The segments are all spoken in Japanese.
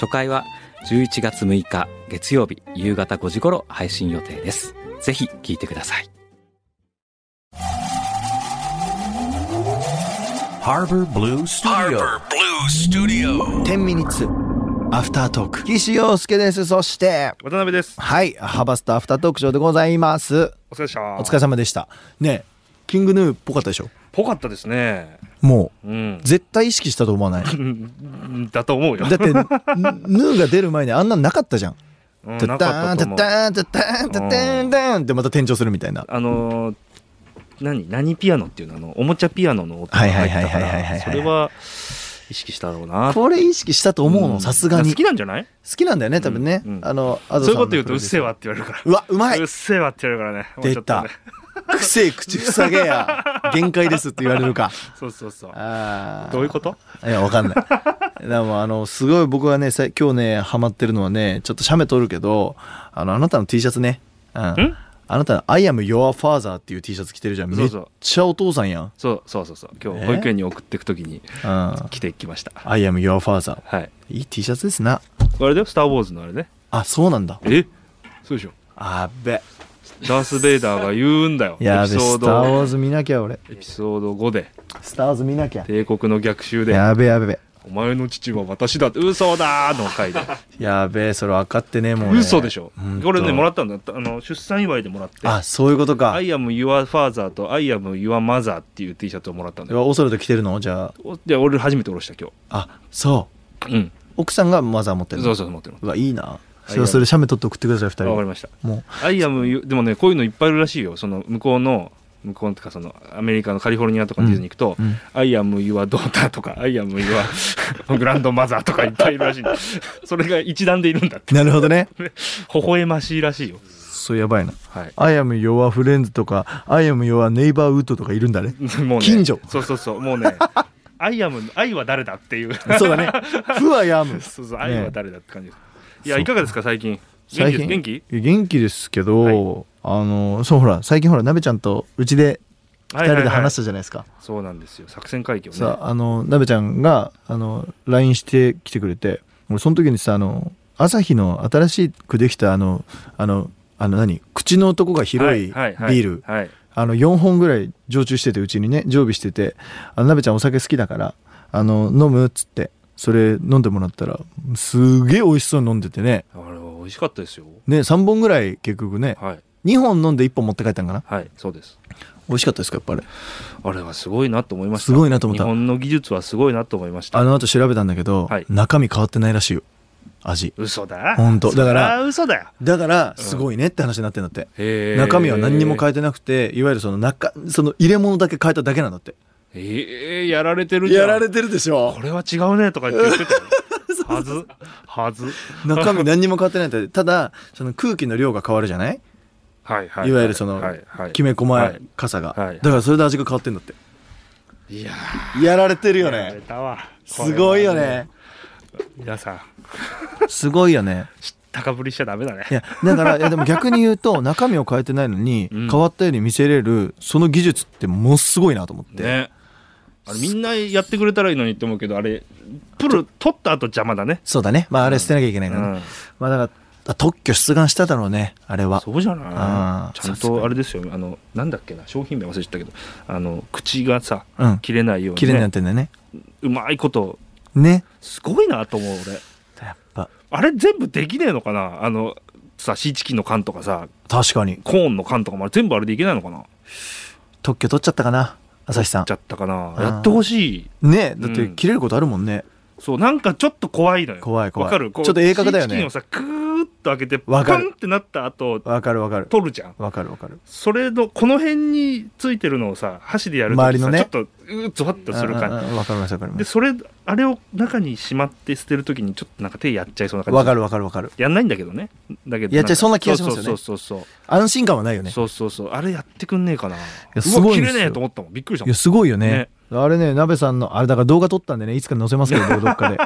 初回は11月6日月曜日夕方5時頃配信予定ですぜひ聞いてください Harbor Blue Studio. 天ミニッツアフタートーク岸洋介ですそして渡辺です。はいハバスタアフタートークショーでございますお疲れっした。お疲れ様でしたねえキングヌーっぽかったでしょぽかったですね。もううん。絶対意識したと思わ ないだだと思うよ。ってヌーが出る前にあんなんなかったじゃんうんタッなターかっンタたと思ッうターンタッターンタッターンターンってまた転調するみたいなあのー何何ピアノっていうのあのおもちゃピアノの音がはい入はいっはいたはかいはいはいらそれは意識したろうなこれ意識したと思うのさすがに好きなんじゃない好きなんだよね多分ねうんうんあのアドそういさのうんこと言うとうっせえわって言われるからうわうまいうっせえわって言われるからねもうち出ょっとた ね。くせえ口塞げや。限界ですって言われるか。そうそうそうあーどういうこといや、わかん ない。でも、あの、すごい僕はね、さ今日ね、ハマってるのはね、ちょっと写メ撮るけど、あの、あなたの T シャツね。うん。あなた、I am your father っていう T シャツ着てるじゃん。そうそうめっちゃお父さんやん。うん。そうそうそうそう今え日保育園に送っていくときに I 着ていきました am your father。はいいい T シャツですな。あれだよスター・ウォーズのあれねあ、そうなんだ。えそうでしょあっべ。ダース・ベイダーが言うんだよエピやべ、ソースター・ドウォーズ見なきゃ、俺。エピソード5でスター・ウォーズ見なきゃ。帝国の逆襲でやべやべ。 「お前の父は私だ」って「嘘だ!」の 回でやべ、それ分かってねえもん、ね。嘘でしょほんとこれねもらったんだあの出産祝いでもらってあ、そういうこと「か。 I am your father」と「I am your mother」っていう T シャツをもらったんだうよわオソルト着てるのじゃおで俺初めて下ろした今ああそう日うん奥さんがマザー持ってるのそうそう持ってるうわいいなそれははいそれ写メ撮って送ってください二人わかりましたも「I am you- でもねこういうのいっぱいいるらしいよその向こうの向こうのとかそのアメリカのカリフォルニアとかディズニー行くと「うんうん I am your daughter」とか「I am your グランドマザー」とかいっぱいいるらしいんだそれが一段でいるんだってうなる ほどね 微笑ましいらしいよそうやばいなはい「I am your friends」とか「I am your neighborhood」とかいるんだねもうね近所そうそうそうも うね「アイアム」「愛は誰だ」っていうそうだね「ふわやむ そうそう「愛は誰だ」って感じです、いやいかがですか最近」元最気です近元気いや元気ですけはいどあのそうほら最近ほらなべちゃんとうちでは二い人はいはいで話したじゃないですかそうなんですよ作戦会議をねさあのなべちゃんがあの LINE してきてくれて俺その時にさあの朝日の新しくできたあのあのあの何口のとこが広いビはははールはいあの4本ぐらい常駐しててうちにね常備してて「あのなべちゃんお酒好きだからあの飲む?」っつってそれ飲んでもらったらすげえ美味しそうに飲んでてねあれ美味しかったですよね3本ぐらい結局ねはい2本飲んで1本持って帰ったんかなはいそうです美味しかったですかやっぱりあれはすごいなと思いましたすごいなと思った日本の技術はすごいなと思いましたあの後調べたんだけど、はい中身変わってないらしいよ味嘘だほんとだからそりゃ嘘だよだからすごいねって話になってんだって、へー中身は何にも変えてなくていわゆるその中その入れ物だけ変えただけなんだってええやられてるじゃんやられてるでしょこれは違うねとか言って言ってたよ はずはず中身何にも変わってないんだってただその空気の量が変わるじゃないはいはいわゆるそのはいはいきめ細はやいかさが、はいだからそれで味が変わってんだっていややられてるよーやられねたわすごいよね皆さんすごいよね高ぶりしちゃダメだねいやだからいやでも逆に言うと中身を変えてないのに、うん変わったように見せれるその技術ってものすごいなと思って、ねあれみんなやってくれたらいいのにって思うけどあれプル取った後邪魔だねそうだねまああれ捨てなきゃいけないからね、うんまあだから特許出願しただろうねあれはそうじゃあなーいちゃさんすがにとあれですよあのなんだっけな商品名忘れちゃったけどあの口がさ、うん切れないように、ね、綺麗になってんだよねうまいことねすごいなと思う俺やっぱあれ全部できねえのかなあのさシーチキンの缶とかさ確かにコーンの缶とかも全部あれでいけないのかな特許取っちゃったかな朝日さんちゃったかなあーやってほしいねだってうん切れることあるもんね、そうなんかちょっと怖いのよ怖い怖いわかるこうちょっと鋭角だよねシーチキンをさクーっと開けてパわかるンってなった後わかるわかる取るじゃんわかるわかるそれのこの辺についてるのをさ箸でやると周りさ、のねちょっとうーズワッとするうん感うんうんわかりますわかりじまですそれあれを中にしまって捨てるときにちょっとなんか手やっちゃいそうな感じわかるわかるわかるやんないんだけどねだけどやっちゃいそうな気がしますよねそうそうそうそう安心感はないよねそうそうそうあれやってくんねえかなやすごいんでうわすよ切れねえと思ったもんびっくりしたいもんやすごいよねねあれね鍋さんのあれだから動画撮ったんでねいつか載せますけ どどっかで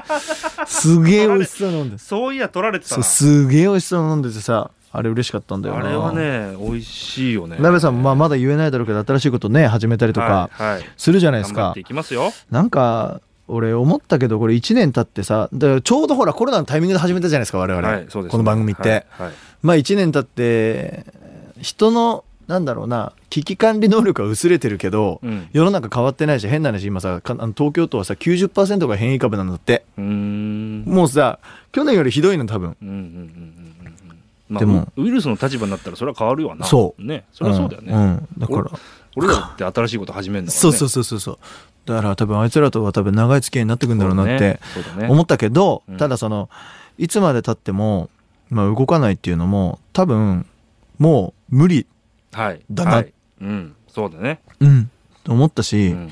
すげえ美味しそう飲んでそういや取られてたそうなすげえ美味しそう飲んでてさあれ嬉しかったんだよあなれはね美味しいよね鍋さんもまあまだ言えないだろうけど新しいことね始めたりとかはいはいするじゃないです頑張っかていきますよなんか俺思ったけどこれ1年経ってさだからちょうどほらコロナのタイミングで始めたじゃないですか我々、はいそうですこの番組って、はいはいまあ1年経って人のなんだろうな危機管理能力は薄れてるけど、うん世の中変わってないし変な話今さかあの東京都はさ90%が変異株なんだってうーんもうさ去年よりひどいの多分うんうんうんうんうんうんまあ、でもウイルスの立場になったらそれは変わるよなそうねそれはそうだよね、んうんだから、俺らって新しいこと始めるんだから、ね、そうそうそうそうそうだから多分あいつらとは多分長い付き合いになってくんだろうなってそうだねそうだね思ったけど、うんただそのいつまでたっても、まあ、動かないっていうのも多分もう無理はいだなはいうんそうだね、うんと思ったし、うん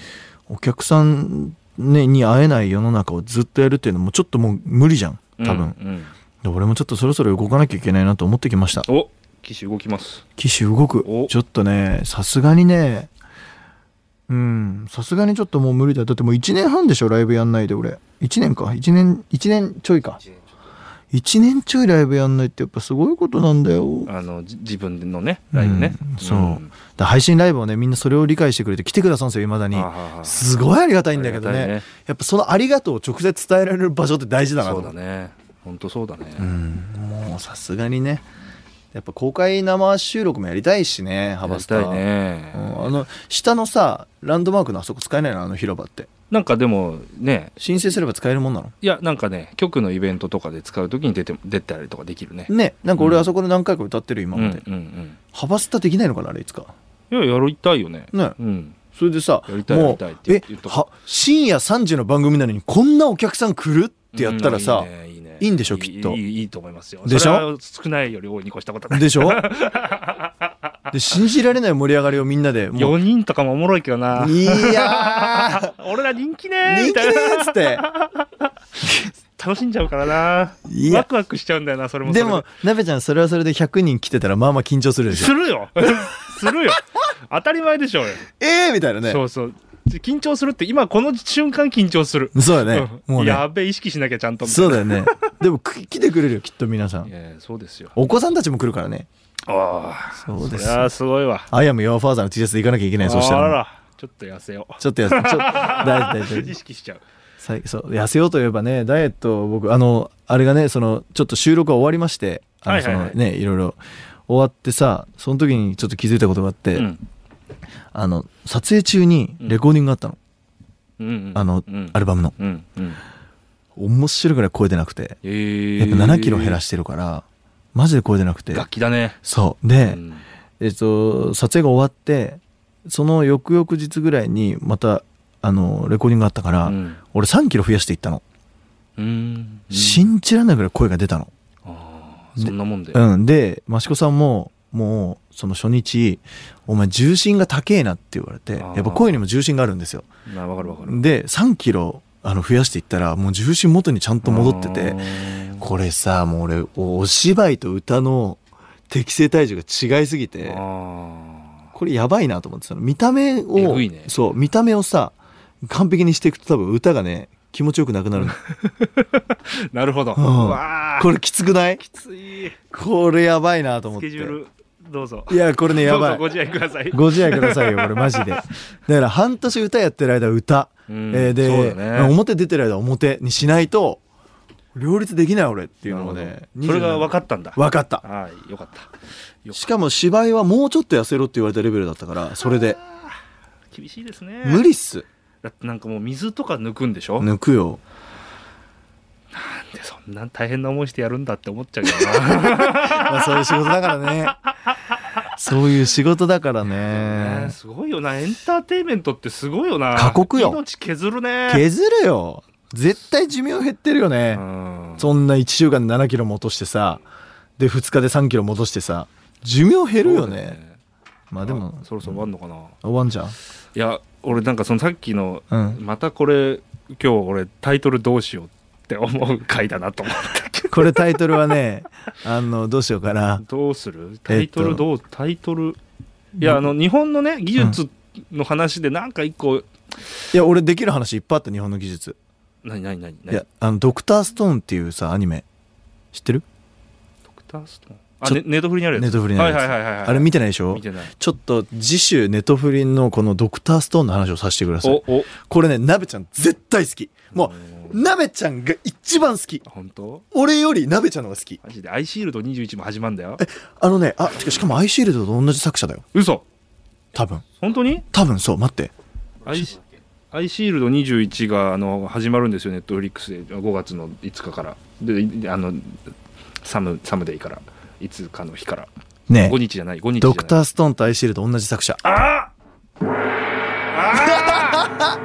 お客さん、ね、に会えない世の中をずっとやるっていうのもちょっともう無理じゃん多分、うんで俺もちょっとそろそろ動かなきゃいけないなと思ってきましたうんお機種動きます機種動くおちょっとねさすがにねうんさすがにちょっともう無理だよだってもう1年半でしょライブやんないで俺1年か1年1年ちょいか1年ちょいライブやんないってやっぱすごいことなんだよあのじ自分のねライブね、うんそう、んだから配信ライブをねみんなそれを理解してくれて来てくださるんですよいまだにあははすごいありがたいんだけどありねがたいねやっぱそのありがとうを直接伝えられる場所って大事だなとそう思だうね本当そうだね、うんもうさすがにねやっぱ公開生収録もやりたいしねハやバりスタたーいね、うんあの下のさランドマークのあそこ使えないのあの広場ってなんかでもね申請すれば使えるもんなのいやなんかね局のイベントとかで使うときに出て出たりとかできるねねなんか俺うんあそこで何回か歌ってる今うんまうで、んうんハバスタできないのかなあれいつかいややりたいよねねうんそれでさやりたいやりもたいっうて言えって言っとこは深夜3時の番組なのにこんなお客さん来るってやったらさ、ういいねいいんでしょきっといいいいいいと思いますよでしょそれは少ないより多いに越したことはないでしょで信じられない盛り上がりをみんなでも4う人とかもおもろいけどない や俺ら人気ねーー人気みねたいなーっつって楽しんじゃうからないやワクワクしちゃうんだよなそれもそれでもなべちゃんそれはそれで100人来てたらまあまあ緊張するでし すょるよするよ当たり前でしょうよ、えーみたいなねそうそう緊張するって今この瞬間緊張する、そうだねうんもうねやべえ意識しなきゃちゃんとみたいそうだよね。でもく来てくれるよきっと皆さ。なんいやそうですよお子さんたちも来るからね。ああそうですそりゃすごいわアイアムヨアファーザーの T シャツで行かなきゃいけないそしたあららもう。らちょっと痩せようちょっとやちょっと大事大意事 識しちゃうさいそう痩せようといえばねダイエット僕あのあれがねそのちょっと収録が終わりましてあはのいそはいはのいねいろいろ終わってさその時にちょっと気づいたことがあって、うんあの撮影中にレコーディングがあったの、うんうんあの、うんアルバムのうんうん面白いぐらい声出なくてえーやっぱ7キロ減らしてるからマジで声出なくて楽器だねそうで、うんえっと、撮影が終わってその翌々日ぐらいにまたあのレコーディングがあったから、うん俺3キロ増やしていったの、うん信じられないぐらい声が出たの、あーそんなもんでうん、で益子さんももうその初日「お前重心が高えな」って言われてあやーっぱ声にも重心があるんですよまあわかるわかるで3キロあの増やしていったらもう重心元にちゃんと戻っててこれさもう俺おお芝居と歌の適正体重が違いすぎてあこれやばいなと思ってその見た目えを、ぐいねそう見た目をさ完璧にしていくと多分歌がね気持ちよくなくな るのーなるほどうんわあこれきつくないきついこれやばいなと思スってケジュールどうぞいやこれねやばどうぞごい自愛くださいご自愛くださいよこれマジでだから半年歌やってる間は歌、うんえーそうで、だね表出てる間は表にしないと両立できない俺っていうのをなるねほどそれが分かっったんだた分かったはいよかったよしかも芝居はもうちょっと痩せろって言われたレベルだったからそれで厳しいですね無理っすだってなんかもう水とか抜くんでしょ抜くよでそんな大変な思いしてやるんだって思っちゃうけどなまあ、そういう仕事だからね。そういう仕事だからね ね。すごいよなエンターテインメントってすごいよな過酷よ命削るね削るよ。絶対寿命減ってるようね。んそんな1週間で7キロも落としてさ、で2日で3キロ戻してさ寿命減るよねまああでもそろそろ終わんのかな、い終わんじゃんや俺なんかそのさっきの、うんまたこれ今日俺タイトルどうしようって思う回だなと思ってこれタイトルはね あのどうしようかなどうするタイトルどう、タイトルいやあの日本のね技術の話でなんか一個、いや俺できる話いっぱいあった日本の技術何何何い何やあのドクターストーンっていうさアニメ知ってるドクターストーンあちょねネットフリにあるやつネットフリにあるやつはいはいはいはいはいあれ見てないでしょ見てないちょっと次週ネトフリのこのドクターストーンの話をさせてくださいおおこれねなべちゃん絶対好きもうなべちゃんが一番好き本当俺よりなべちゃんの方が好きマジでアイシールド21も始まるんだよあのねあてかしかもアイシールドと同じ作者だよ嘘多分本当に多分そう待ってアイシアイシールド21があの始まるんですよネットフリックスで5月の5日からでいあのサムサムデイから5日の日からね5え日じゃない5日じゃなドいクターストーンとアイシールド同じ作者ああ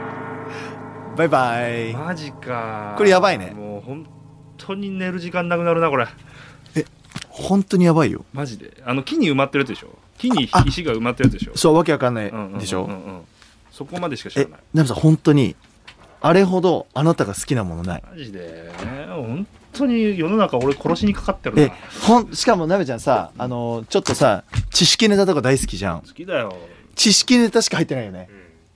バイバイーマジかこれやばいねもう本当に寝る時間なくなるなこれ本当にやばいよマジであの木に埋まってるやつでしょ木にあ石が埋まってるやつでしょそうわけわかんないうんうんうんうんでしょそこまでしか知えらないナベさん本当にあれほどあなたが好きなものないマジでね本当に世の中俺殺しにかかってるえなほんしかもなべちゃんさあのちょっとさ知識ネタとか大好きじゃん好きだよ知識ネタしか入ってないよね、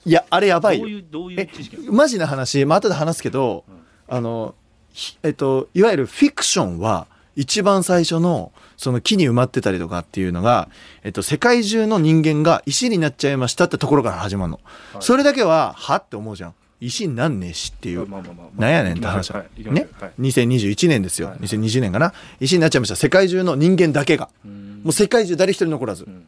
いやあれやどうばいよいうどういうえ知識なのマジな話、まあ後で話すけど、あのひえっといわゆるフィクションは一番最初のその木に埋まってたりとかっていうのが、えっと、世界中の人間が石になっちゃいましたってところから始まるの、はいそれだけははって思うじゃん石になんねえしっていう、まあまあまあまあなんやねんって話ははいはい行きましょねうはい2021年ですよ、はい2020年かな石になっちゃいました世界中の人間だけがうんもう世界中誰一人残らず、ん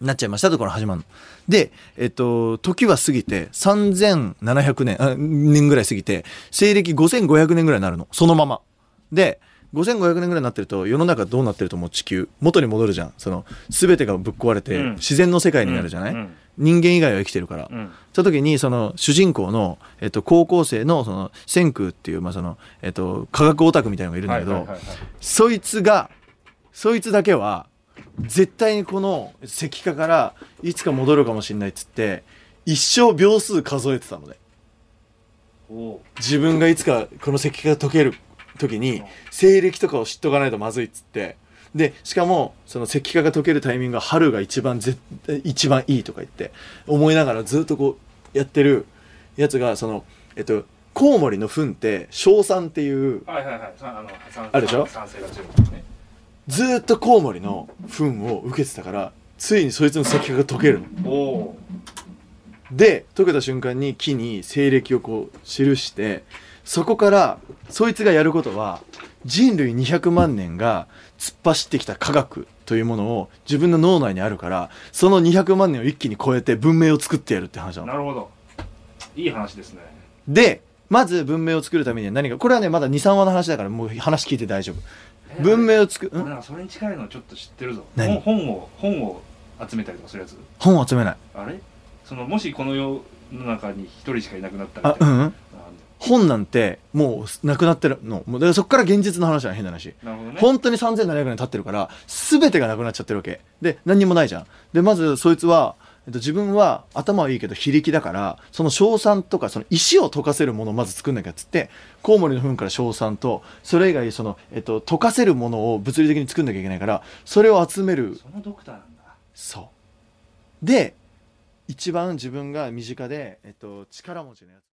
なっちゃいましたところ始まるの。で、えっと、時は過ぎて3700年、あ年ぐらい過ぎて、西暦5500年ぐらいになるの。そのまま。で、5500年ぐらいになってると、世の中どうなってるともう地球、元に戻るじゃん。その、すべてがぶっ壊れて、うん自然の世界になるじゃない、うんうん人間以外は生きてるから。うんその時にその主人公の、えっと、高校生のその千空っていう、まあそのえっと、科学オタクみたいなのがいるんだけど、はいはいはいはいそいつがそいつだけは絶対にこの石化からいつか戻るかもしれないっつって一生秒数数えてたのでおう自分がいつかこの石化が解ける時に西暦とかを知っとかないとまずいっつってでしかもその石化が解けるタイミングが春が一番ぜ一番いいとか言って思いながらずっとこうやってるやつがそのえっとコウモリの糞って硝酸っていうはいはいはいさあのさんあるでしょさん賛成が強いからねずーっとコウモリの糞を受けてたからついにそいつの石化が解けるの。おおで解けた瞬間に木に西暦をこう記してそこからそいつがやることは人類200万年が突っ走ってきた科学というものを自分の脳内にあるからその200万年を一気に超えて文明を作ってやるって話ななの。るほどいい話ですねでまず文明を作るためには何かこれはねまだ23話の話だからもう話聞いて大丈夫。文明を作俺んなんかそれに近いのちょっと知ってるぞ何本本を本を集めたりとかするやつ本を集めない。あれそのもしこの世の中に一人しかいなくなったあみたう、いなうんん本なんてもうなくなってるのもうだからそこから現実の話じゃない変な話、なるほどね本当に3700年経ってるから全てがなくなっちゃってるわけで何にもないじゃんでまずそいつは、えっと、自分は頭はいいけど非力だからその硝酸とかその石を溶かせるものをまず作んなきゃっつってコウモリの糞から硝酸とそれ以外その、えっと、溶かせるものを物理的に作んなきゃいけないからそれを集めるそのドクターなんだそうで一番自分が身近で、えっと、力持ちのやつ